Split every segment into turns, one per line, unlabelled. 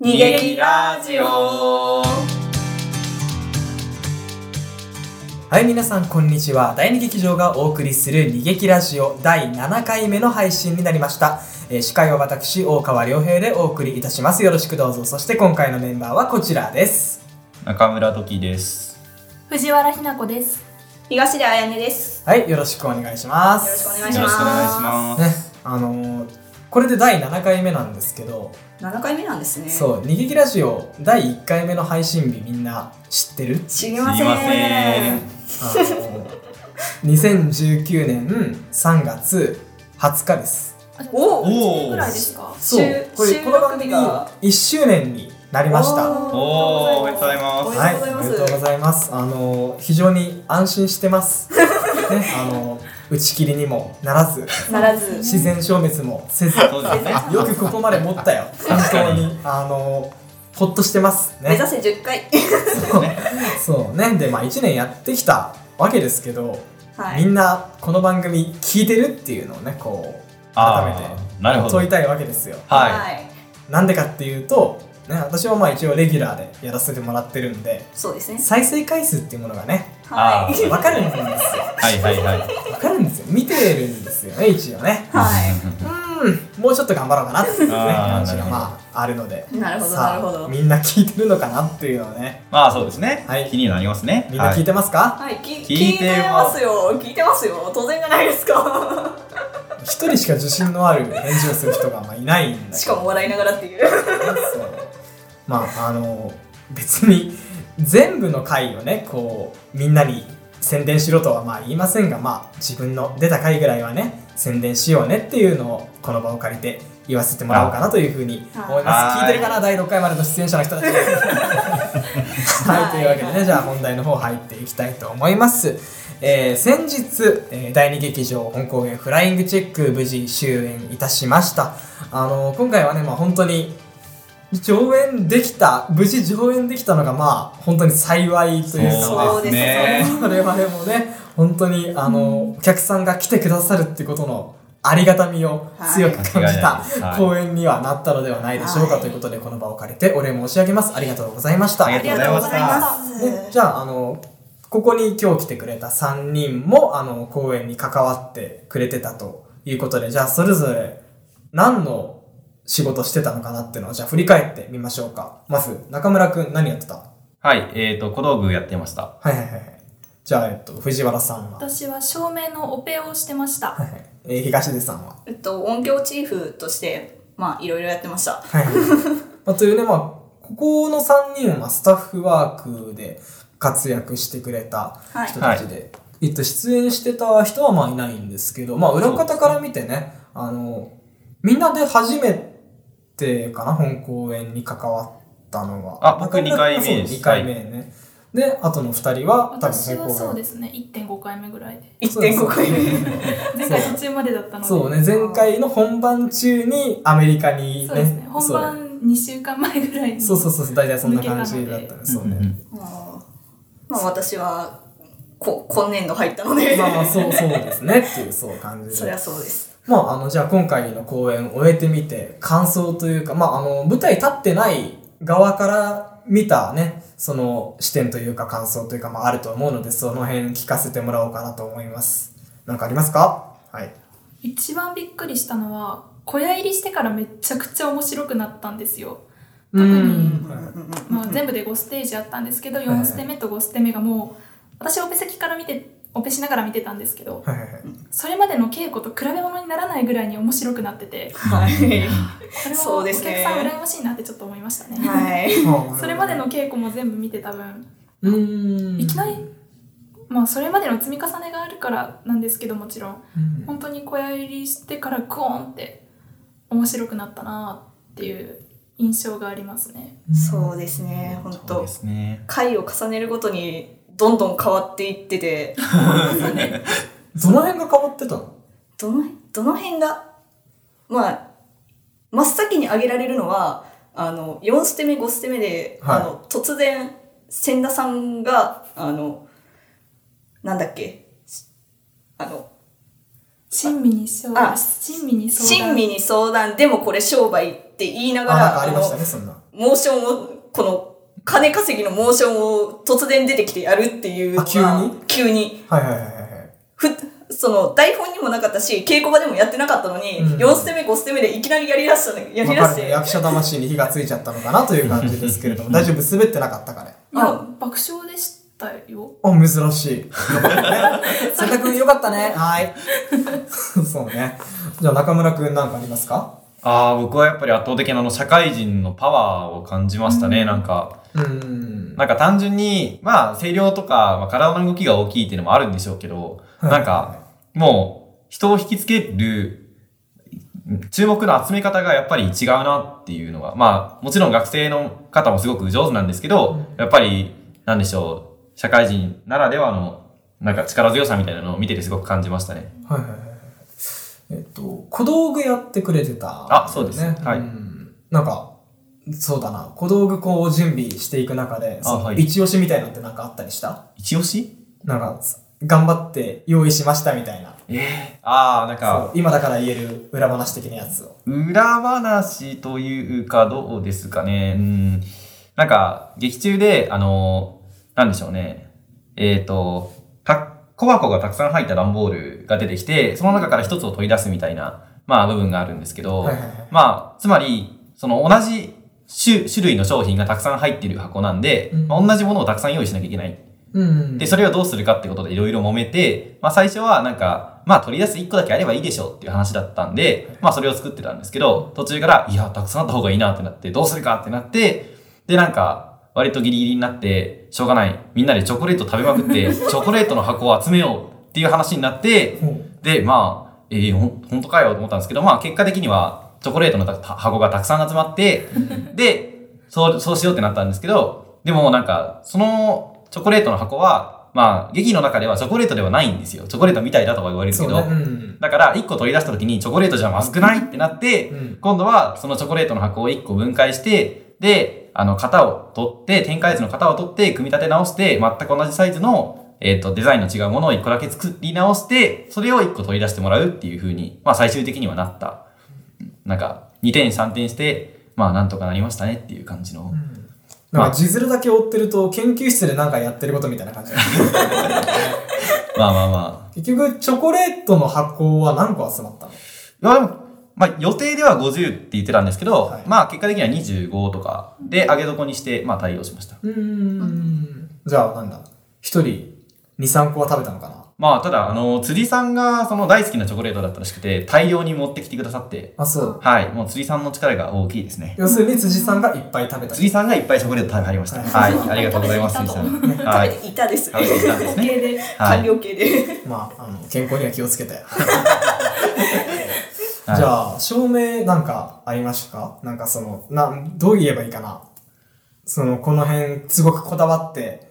逃げ切ラジオ
はい、皆さん、こんにちは。第二劇場がお送りする、逃げ切ラジオ第7回目の配信になりました。えー司会は私、大川良平でお送りいたします。よろしくどうぞ。そして、今回のメンバーはこちらです。
中村時です。
藤原ひな子です。
東出彩音です
はい、よろしくお願いします。
よろしくお願
よ
い
ろ
し
しくお
ます
願いします。
ね、あのーこれで第7回目なんですけど、
7回目なんですね
そう、逃げ切ラジオ第1回目の配信日みんな知っ てる
知り
すい
ま
ま
せん
せん。
あのー2019年3月20日です。
お
おー
1年ぐらいですか
そう
収、
これ
収
この
録
番
日
組
が
1周年になりました。
おー、おめでとうござい
お
ま
め
す。
でとうございます
おめでとうございます。あの非常に安心し てます。ね、あの打ち切りにもならず、
ならず
自然消滅もせず、
そうですね。
よくここまで持ったよ。本
確
当
か
に
に
あのほっとしてます
目
ね
指。せ10回
そうね。でまあ1年やってきたわけですけど、
は
み
い
んなこの番組聞いてるっていうのをねこう改め
あ
て
ー、なるほど。
問
はい
たいわけですよ。
い。
なんでかっていうと、ね、私はまあ一応レギュラーでやらせてもらってるんで
そうですね
再生回数っていうものがね
は
あ
い
ー
分かるんですよ
はいはいはい。
分かるんですよ見てるんですよね一応ね
は
うんもうちょっと頑張ろうかなっていうね
あー
感じ
な
が
るほど
まああるので
いなるほど
さ
な
あ
るほど
みんな聞いてるのかなっていうのはね
まあそうですね
はい。
気になりますね。
みんな聞いてますか
はいき聞
聞
い
い
て
て
ま
ます
よ聞いてますよ当然じゃないですか
一、人しか自信のある返事をする人がまあいないんだけど
しかも笑いながらっていう
そうまああの別に全部の回をねこうみんなに宣伝しろとはまあ言いませんがまあ自分の出た回ぐらいはね宣伝しようねっていうのをこの場を借りて言わせてもらおうかなというふうに思います
はい
聞いてるかな第6回までの出演者の 人たちはいというわけでねじゃあ本題の方入っていきたいと思います、えー先日、えー第2劇場本公演フライングチェック無事終演いたしましたあの今回はねまあ本当に上演できた無事上演できたのがまあ本当に幸いというかまあ
そうですね
我々もね本当にあのお客さんが来てくださるってことのありがたみを強く感じた
はい間違いないはい
公演にはなったのではないでしょう
は
か
い
ということでこの場を借りてお礼申し上げますありがとうございました
ありがとうございました
ありがとうござい
ね
ま、す
じゃああのここに今日来てくれた3人もあの公演に関わってくれてたということでじゃあそれぞれ何の仕事してたのかなっていうのをじゃあ振り返ってみましょうかまず中村くん何やってたは
はい。えっと、小道具やってました。
いはいはいはいじゃあ、えっと、藤原さんは、はい
私は照明のオペをしてました。
はいえー東出さんは、
えっと音響チーフとしてまあいろいろやってました
はいはいはい まあ、というねまあここの3人はまあスタッフワークで活躍してくれた
はい
人たちで、えっと、出演してた人はまあいないんですけど、まあ、裏方から見てねあのみんなで初めてかな本公演に関わったのは
あ僕二回目です
2回目ね、であとの2人は多
私
分
は
本
そう
公
で
演
すね、1.5回目ぐらいで。
1.5回目
前回途中までだったので。
そうね前回の本番中にアメリカにね
そうですね、本
そう
番2週間前ぐらいに。
そうそうそうそう大体そんな感じだったねそうね、
あーまあ私はこ今年度入ったので
まあまあそうそうですねっていうそう感じで
そりゃそうです
まああのじゃあ今回の公演終えてみて感想というかまああの舞台立ってない側から見たねその視点というか感想というかまああると思うのでその辺聞かせてもらおうかなと思いますなんかありますかはい
一番びっくりしたのは、小屋入りしてからめちゃくちゃ面白くなったんですよ。
う
うん
ん
まあ、全部で5ステージあったんですけど、4ステ目と5ステ目がもう、私オペ先から見て、オペしながら見てたんですけど、
はいはいはい
それまでの稽古と比べ物にならないぐらいに面白くなってて、
はい
それは
そう
お
で
客
す
さん
ね
羨ましいなってちょっと思いましたね。
はい
それまでの稽古も全部見てた分、
うん
いきなり、まあそれまでの積み重ねがあるからなんですけどもちろん、
うん
本当に小屋入りしてからグオンって面白くなったなっていう印象がありますね。
そうですね本
そう
当
ですね。
回を重ねるごとにどんどん変わっていってて
どの辺が変わってたの
どのどの辺がまあ真っ先に挙げられるのはあの4ステ目5ステ目で、
はい
あの突然千田さんがあのなんだっけあの
親身に相談、
あ
親身に相談。
親身に相談でもこれ商売って言いなが
あなんからあ
あ
りました
の
ねそんな
モーションを、この、金稼ぎのモーションを突然出てきてやるっていうの
あ急に
が、急に。
はいはいはいはい。
ふ、その、台本にもなかったし、稽古場でもやってなかったのに、
うん
4ステ目、5ステ目でいきなりやりだしたね。やり
ま
だし
あ、彼の
て。
役者魂に火がついちゃったのかなという感じですけれども、大丈夫滑ってなかったから。
いや
あ
爆笑でしたよ
あ、珍しい。よかったね。斉田くんよかったね。はい。 そうね。じゃあ中村くんなんかありますか
ああ、僕はやっぱり圧倒的なあの社会人のパワーを感じましたね、なんか。
うーん。
なんか単純に、まあ、声量とか、まあ、体の動きが大きいっていうのもあるんでしょうけど、
はい
なんか、もう、人を引きつける、注目の集め方がやっぱり違うなっていうのが、まあ、もちろん学生の方もすごく上手なんですけど、やっぱり、なんでしょう、社会人ならではの、なんか力強さみたいなのを見ててすごく感じましたね。
はいはいはい。えっと、小道具やってくれてた、
あそうですはい
んなんか、そうだな。小道具こう準備していく中で、
あはい
一押しみたいなのってなんかあったりした
一押し
なんか、頑張って用意しましたみたいな。
ええああ、なんか、
そう今だから言える裏話的なやつを。
裏話というかどうですかね。うん。なんか、劇中で、あの、なんでしょうね。えっ、と、た、小箱がたくさん入った段ボールが出てきて、その中から一つを取り出すみたいな、まあ、部分があるんですけど、
はいはいはい
まあ、つまり、その同じ種種類の商品がたくさん入っている箱なんで、
うん
まあ、同じものをたくさん用意しなきゃいけない。
うん
で、それをどうするかってことでいろいろ揉めて、まあ最初はなんか、まあ取り出す1個だけあればいいでしょうっていう話だったんで、まあそれを作ってたんですけど、途中から、いや、たくさんあった方がいいなってなって、どうするかってなって、で、なんか、割とギリギリになって、しょうがない。みんなでチョコレート食べまくっ て、チョコレートの箱を集めようっていう話になって、
うん
で、まあ、えー、ほん本当かよと思ったんですけど、まあ結果的にはチョコレートのた箱がたくさん集まって、で、そう、そうしようってなったんですけど、でもなんか、そのチョコレートの箱は、まあ、劇の中ではチョコレートではないんですよ。チョコレートみたいだとは言われるけ
そう
ど、
ね。うん。
だから、1個取り出した時にチョコレートじゃまずくないってなって、
うん
今度はそのチョコレートの箱を1個分解して、で、あの、型を取って、展開図の型を取って、組み立て直して、全く同じサイズの、えっ、と、デザインの違うものを1個だけ作り直して、それを1個取り出してもらうっていう風に、まあ最終的にはなった。なんか、2点3点して、まあなんとかなりましたねっていう感じの。
なんか、字面だけ追ってると、研究室でなんかやってることみたいな 感じだね。
まあまあまあ。
結局、チョコレートの箱は何個集まったの
いやでも、まあ予定では50って言ってたんですけど、
はい
まあ結果的には25とかで上げ底にして、まあ対応しました。
うーん。じゃあ、なんだ。一人、二、三個は食べたのかな
まあ、ただ、あの、辻さんが、その大好きなチョコレートだったらしくて、大量に持ってきてくださって、
あ、そう。
はい、もう辻さんの力が大きいですね。
要するに、辻さんがいっぱい食べた。
辻さんがいっぱいチョコレート食べはりました。
は
はいい、ありがとうござい ます、辻さん。は
食べ
い。
ていたです。
食べていたんですね
系で、
はい
官僚系で。
まあ、あの、健康には気をつけて。じ
はい
ゃあ、照明なんかありましたかなんかその、な、どう言えばいいかなその、この辺、すごくこだわって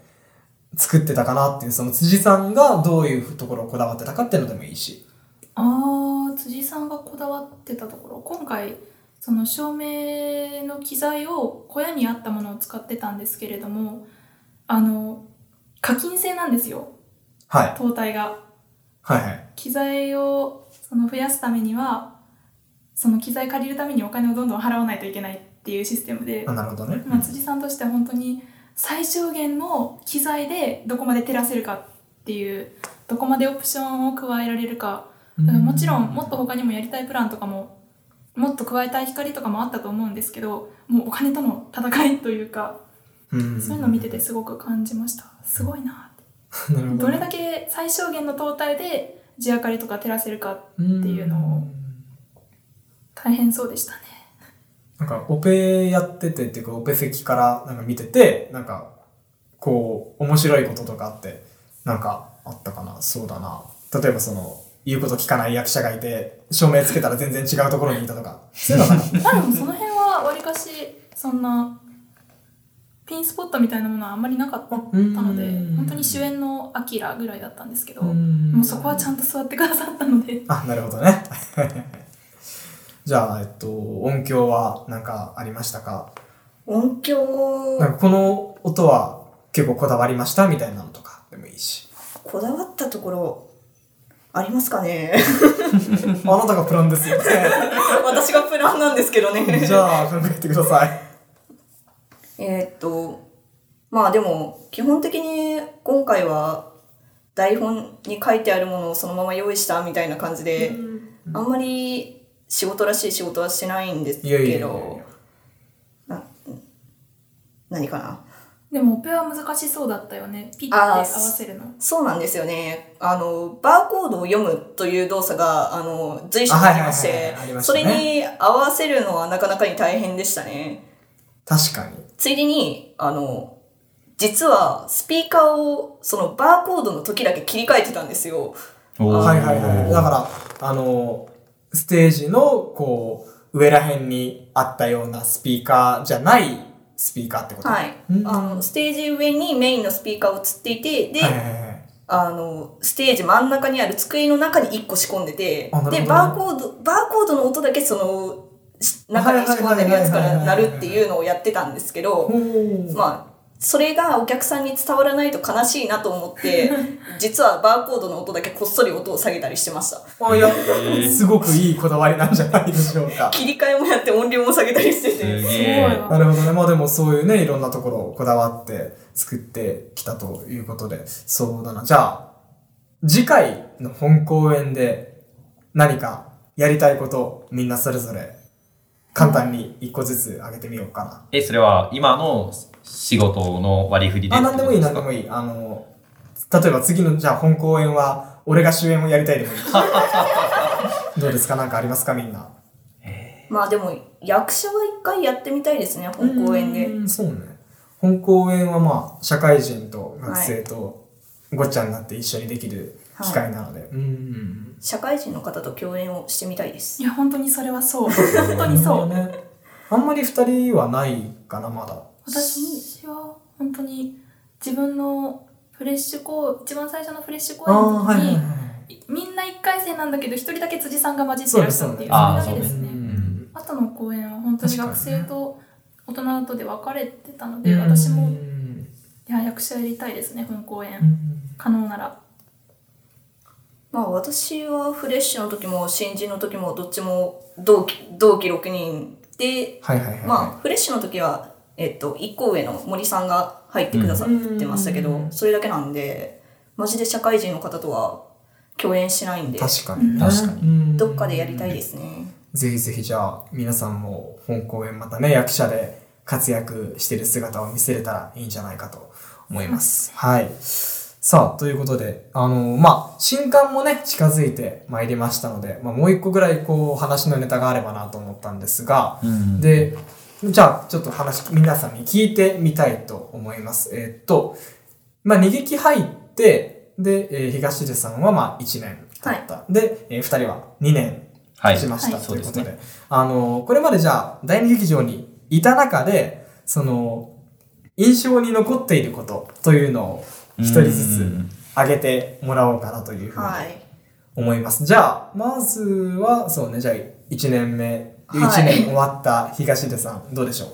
作ってたかなっていう、その辻さんがどういうところをこだわってたかっていうのでもいいし。
あー辻さんがこだわってたところ今回その照明の機材を小屋にあったものを使ってたんですけれどもあの課金制なんですよ
はい。
灯体が
はいはい。
機材をその増やすためにはその機材借りるためにお金をどんどん払わないといけないっていうシステムで
あ、なるほどね。
まあ、辻さんとしては本当に最小限の機材でどこまで照らせるかっていうどこまでオプションを加えられるかだからもちろんもっと他にもやりたいプランとかももっと加えたい光とかもあったと思うんですけどもうお金との戦いというか
うん。
そういうのを見ててすごく感じましたすごいなって
なるほ
ど
ど
れ
ね。
だけ最小限の灯体で地明かりとか照らせるか
て
っていうのを大変そうでしたね
なんか、オペやっててっていうか、オペ席からなんか見てて、なんか、こう、面白いこととかって、なんかあったかなそうだな。例えばその、言うこと聞かない役者がいて、照明つけたら全然違うところにいたとか、そういう のかな
まあでもその辺はわりかしそんなピンスポットみたいなものはあんまりなかったので
うん
本当に主演のアキラぐらいだったんですけど
うん
もうそこはちゃんと座ってくださったので
あ、なるほどね。 じゃあ、えっと、音響はなんかありましたか
音響
なんかこの音は結構こだわりましたみたいなのとかでもい いし。
こだわったところありますかね
あなたがプランですよね。
私がプランなんですけどね
じゃあ、考えてください。
えーっと、まあでも、基本的に今回は台本に書いてあるものをそのまま用意したみたいな感じで、あんまり仕事らしい仕事はしてないんです
いやいや
け
いやい
ど
や、
な何かな。
でもオペは難しそうだったよねピッて合
あー
わせるの
そうなんですよね。あの、バーコードを読むという動作が、あの、随所に
あは
あ
い
り
はいはい
まして
ありま、し
そ
たね
れに合わせるのはなかなかに大変でしたね。
確かに。
ついでに、あの、実はスピーカーをそのバーコードの時だけ切り替えてたんですよ。
おー
はいはいはい。だから、あの、ステージの、こう、上ら辺にあったようなスピーカーじゃないスピーカーってこと。
はいい。
うん
あの、ステージ上にメインのスピーカーをつっていて、で、
はいはいはいはい。
あの、ステージ真ん中にある机の中に1個仕込んでて
あなるほ、どね
で、バーコード、バーコードの音だけその、し中に仕込んでるやつからなるっていうのをやってたんですけど、まあ、それがお客さんに伝わらないと悲しいなと思 って、実はバーコードの音だけこっそり音を下げたりしてました。
あ、いや、すごくいいこだわりなんじゃないでしょう か。
切り替えもやって音量も下げたりして
す
て。
げ
すごい
え
わ
なるほどね。まあでもそういうね、いろんなところをこだわって作ってきたということで、そうだな。じゃあ、次回の本公演で何かやりたいこと、みんなそれぞれ簡単に一個ずつ挙げてみようかな。
え、それは今の仕事の割り振りで
あ、なんでもいい、なんで
い
もいい。あの、例えば次の、じゃあ本公演は、俺が主演をやりたい でもいい。どうですかなんかありますかみんな。
まあでも、役者は一回やってみたいですね、本公演で。
うんそうね。本公演はまあ、社会人と学生とごっちゃになって一緒にできる機会なので。うん。
社会人の方と共演をしてみたいです
い。や本当にそれはそう本当にそう
ね。あんまり二人はないかな、まだ。
私は本当に自分のフレッシュ公一番最初のフレッシュ公
あ
演
あ、
の時
はいはい
に、
はい。
みんな1回生なんだけど1人だけ辻さんが混じってらっしゃるっていう
そうです
それだけです
う
ね
ん
あとの公演は本当に
確かに
学
ね
生と大人とで分かれてたので、私
う
も
ん
いや役者やりたいですね本公演、
うん
可能なら
まあ私はフレッシュの時も新人の時もどっちも同期同期6人で、
はいはいはいはい。
まあフレッシュの時は、えっと、1個上の森さんが入ってくださってましたけ
う
ど、それだけなんで、マジで社会人の方とは共演しないんで、
確かにね。
確かに
に
どっかでやりたいですね。
ぜひぜひじゃあ皆さんも本公演またね役者で活躍してる姿を見せれたらいいんじゃないかと思います。はい。さあ、ということで、あのまあ、新刊もね、近づいてまいりましたので、まあ、もう一個ぐらいこう話のネタがあればなと思ったんですが、
うん
で、じゃあちょっと話、皆さんに聞いてみたいと思います。えーっと、まあ、逃げ気入って、で、えー東出さんはまあ1年経った。で、え2人は2年
はい。
しました、
はい
ということ
そう
で
で
あのこれまでじゃあ第二劇場にいた中でその印象に残っていることというのを一人ず
う
つ
ん
挙げてもらおうかなというふうに
はい。
思います、じゃあまずはそうねじゃあ1年目1
はい
年終わった東出さんどうでしょう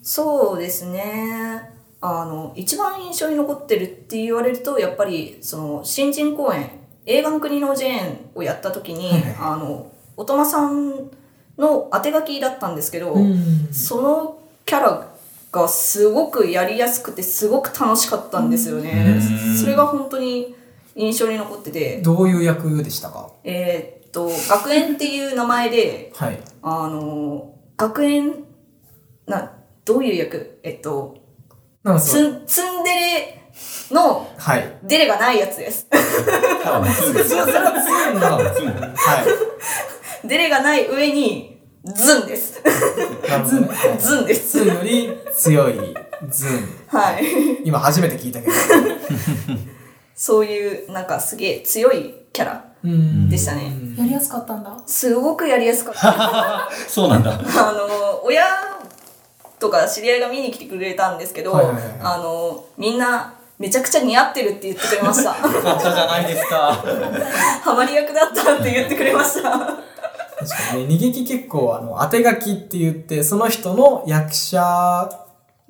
そうですね。あの、一番印象に残ってるって言われると、やっぱり、その、新人公演、映画の国のジェーンをやった時に
はいはい、
あの、おとまさんの当て書きだったんですけど、そのキャラがすごくやりやすくて、すごく楽しかったんですよね
うん。
それが本当に印象に残ってて、
どういう役でしたか
えーっと、学園っていう名前で、
はい
あの、学園、な、どういう役えっと、
なんか
ツ
そう
ン、ツンデレの
はい
デレがないやつです。
は
デレがない上に、ズンです。
いなるほどね
ズンで
ズ
す。
ンより強いズン
はい。
今初めて聞いたけど
そういう、なんかすげえ強いキャラ
うん
でしたね。
やりやすかったんだ
すごくやりやすか った。
そうなんだ。
あの、親とか知り合いが見に来てくれたんですけど、
はいはいはい
あの、みんな、めちゃくちゃ似合ってるって言ってくれま した。
じゃないですか。
ハマり役だったって言ってくれま した。
確かにね、逃げき結構あの、当て書きって言って、その人の役者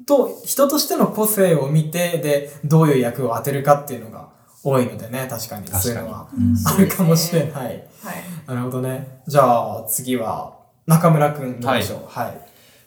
と、人としての個性を見て、で、どういう役を当てるかっていうのが多いのでね、確か
確か
に。
に
そういうのは
うん
あるかもしれない。
はい。
なるほどね。じゃあ、次は、中村くんどうでしょう。はい。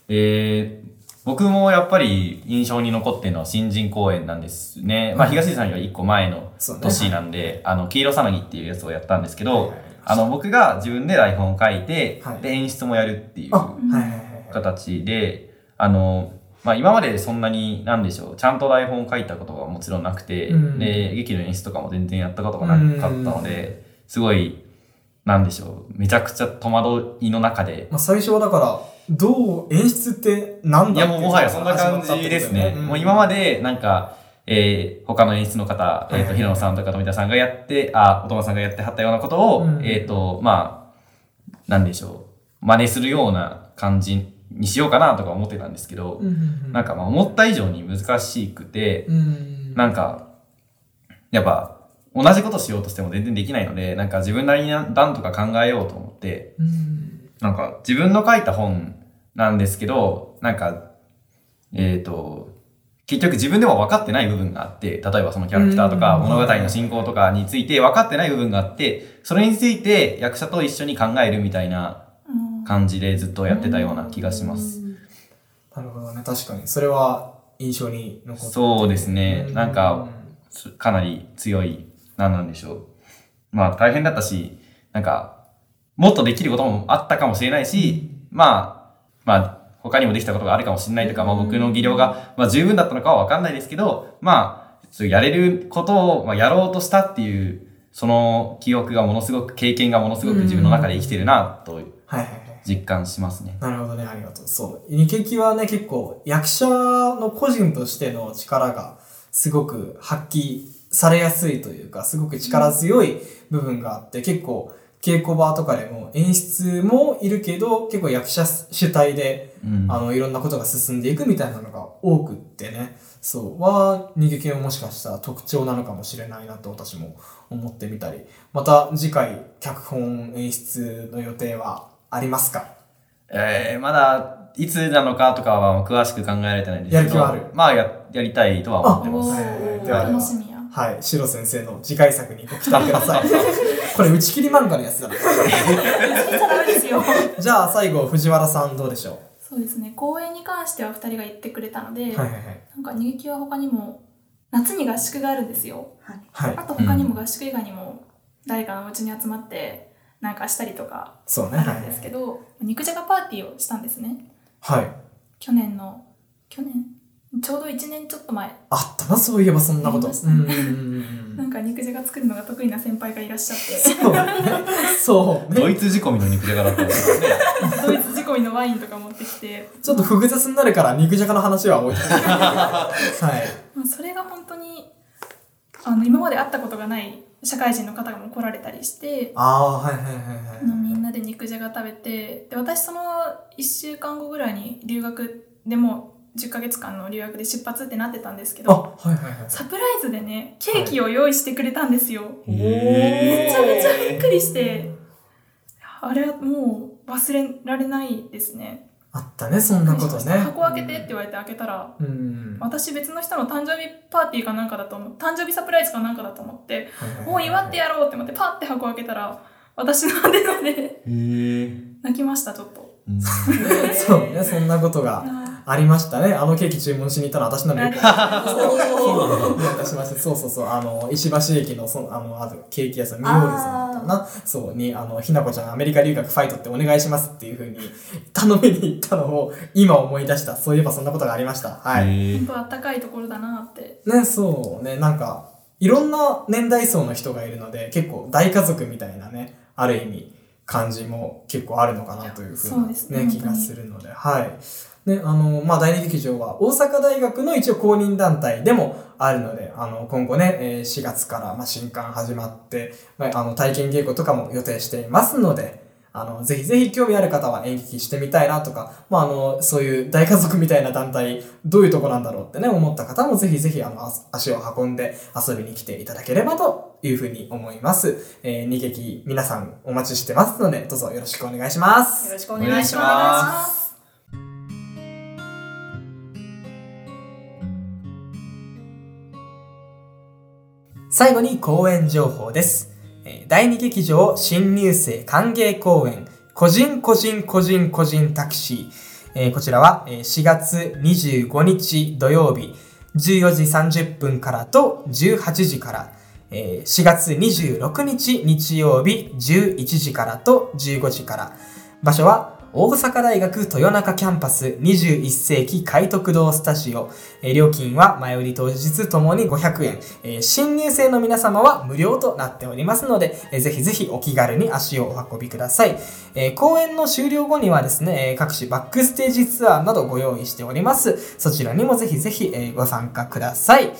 えー、僕もやっぱり印象に残ってるのは新人公演なんですね。まあ、東出さんより1個前の
そうね
年なんで、あの、黄色さなぎっていうやつをやったんですけど、
はいはいはい
あの、僕が自分で台本を書いて、
はい
で、演出もやるっていう
あ、はいはいはいはい。
形で、あの、まあ、今までそんなに、なんでしょう、ちゃんと台本を書いたことがもちろんなくて、
うん
で、劇の演出とかも全然やったことがなかったので、すごい、なんでしょう、めちゃくちゃ戸惑いの中で、
まあ、最初はだから、どう、演出ってなん
い
だ
や
っ
もう
て
もはやそんな感じですね。もう今ま、でなんか、えー、他の演出の方、えっ、
はい
と、平野さんとか富田さんがやって、あ、お友さんがやってはったようなことを、
うん
えっ、と、まあ、なんでしょう。真似するような感じにしようかなとか思ってたんですけど、
うんうん
なんかまあ思った以上に難しくて、
うん、
なんか、やっぱ、同じことしようとしても全然できないので、なんか自分なりになんとか考えようと思って、
うん、
なんか自分の書いた本なんですけど、なんか、えっ、と、結局自分でも分かってない部分があって、例えばそのキャラクターとか
うん
物語の進行とかについて分かってない部分があって、それについて役者と一緒に考えるみたいな感じでずっとやってたような気がします。
なるほどね、確かに。それは印象に残って
そうですね。
う
なんか、かなり強い、なんなんでしょう。まあ大変だったし、なんか、もっとできることもあったかもしれないし、まあ、まあ、他にもできたことがあるかもしれないとか、まあ僕の技量が、まあ十分だったのかはわかんないですけど、まあ、そうやれることを、まあやろうとしたっていう、その記憶がものすごく、経験がものすごく自分の中で生きてるな、と
はいはいはい。
実感しますね。
なるほどね、ありがとう。そう。二劇はね、結構、役者の個人としての力が、すごく発揮されやすいというか、すごく力強い部分があって、結構、稽古場とかでも演出もいるけど、結構役者主体で、
うん。
あの、いろんなことが進んでいくみたいなのが多くってね、そう、は、二撃のもしかしたら特徴なのかもしれないなと私も思ってみたり、また次回、脚本演出の予定はありますか
えー、まだ、いつなのかとかは詳しく考えられてないんですけど、
やる気はある
まあや、やりたいとは思ってます。
お
はいはいはいでは
ー楽しみや。
はい、シロ先生の次回作にご期待くだ さい。これ打ち切り漫画のやつだな。
聞いちゃダメですよ。
じゃあ最後、藤原さんどうでしょ
そうですね。公演に関しては二人が言ってくれたので、
うはいはいはい。
なんか入劇は他にも夏に合宿があるんですよ。
はい
あ、と他にも合宿以外にも誰かのうちに集まってなんかしたりとか
そうね。
あ
はい
るんですけど、肉じゃがパーティーをしたんですね。
はい。
去年の去年ちょうど1年ちょっと前
あったな、そういえばそんなこと。
ありま
う
したね
んうんうんう。
なんんか肉じゃが作るのが得意な先輩がいらっしゃっ
そうね。そう
ド
ね。
イツ仕込みの肉じゃがだったんですよね。
てドイツ仕込みのワインとか持ってきて
ちょっと複雑になるから肉じゃがの話は置いてはい。
まあそれが本当にあの今まで会ったことがない社会人の方も来られたりして
ああ、はいはいはいはい。
あのみんなで肉じゃが食べてで私その1週間後ぐらいに留学でもう10ヶ月間の留学で出発ってなってたんですけ
あ、
ど
はいはいはい。
サプライズでねケーキを用意してくれたんですよ、
め
めちゃめちゃびっくりしてあれはもう忘れられないですね
あったね、そんなことね。
箱開けてって言われて開けたら
うん。は
私別の人の誕生日パーティーかなんかだと思う誕生日サプライズかなんかだと思って
いはいはい
もう祝ってやろうって思ってパッて箱開けたら私の出ので
へー
泣きましたちょっと。
うん
そうね、そんなことがありましたね。あのケーキ注文しに行ったのは私なのよ。出しました。 そうそうそう。あの、石橋駅の、そのあの、あとケーキ屋さん、ミオールさんだったかな。そうに、あの、ひなこちゃんアメリカ留学ファイトってお願いしますっていうふうに頼みに行ったのを今思い出した。そういえばそんなことがありました。はい。
へ
本
ー
当あったかいところだなって
ね、そうね、なんか、いろんな年代層の人がいるので、結構大家族みたいなね、ある意味、感じも結構あるのかなというふう
そう
な、
ですね
ね、
本当
気
に
がするので、はい。ね、あの、まあ、大劇場は大阪大学の一応公認団体でもあるので、あの、今後ね、えー4月から、まあ、新刊始まって、まあ、あの、体験稽古とかも予定していますので、あの、ぜひぜひ興味ある方は演劇してみたいなとか、まあ、あの、そういう大家族みたいな団体、どういうとこなんだろうってね、思った方もぜひぜひ、あの、あ足を運んで遊びに来ていただければというふうに思います。えー、二劇、皆さんお待ちしてますので、どうぞよろしくお願いします
よ。ろしくお
お
願
願
い
い
し
し
ます。
ます。
最後に公演情報です。えー第2劇場新入生歓迎公演、個人個人個人個人タクシー。えーこちらはえー4月25日土曜日14時30分からと18時から、えー4月26日日曜日11時からと15時から、場所は大阪大学豊中キャンパス21世紀海徳堂スタジオ、えー料金は前売り当日ともに500円、えー新入生の皆様は無料となっておりますので、えーぜひぜひお気軽に足をお運びください、えー公演の終了後にはですね、えー各種バックステージツアーなどご用意しておりますそちらにもぜひぜひ、えーご参加ください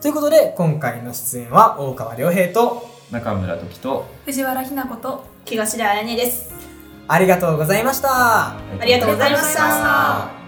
ということで今回の出演は大川良平と
中村時と、
藤原ひな子と
東出彩音です
ありがとうございました
ありがとうございました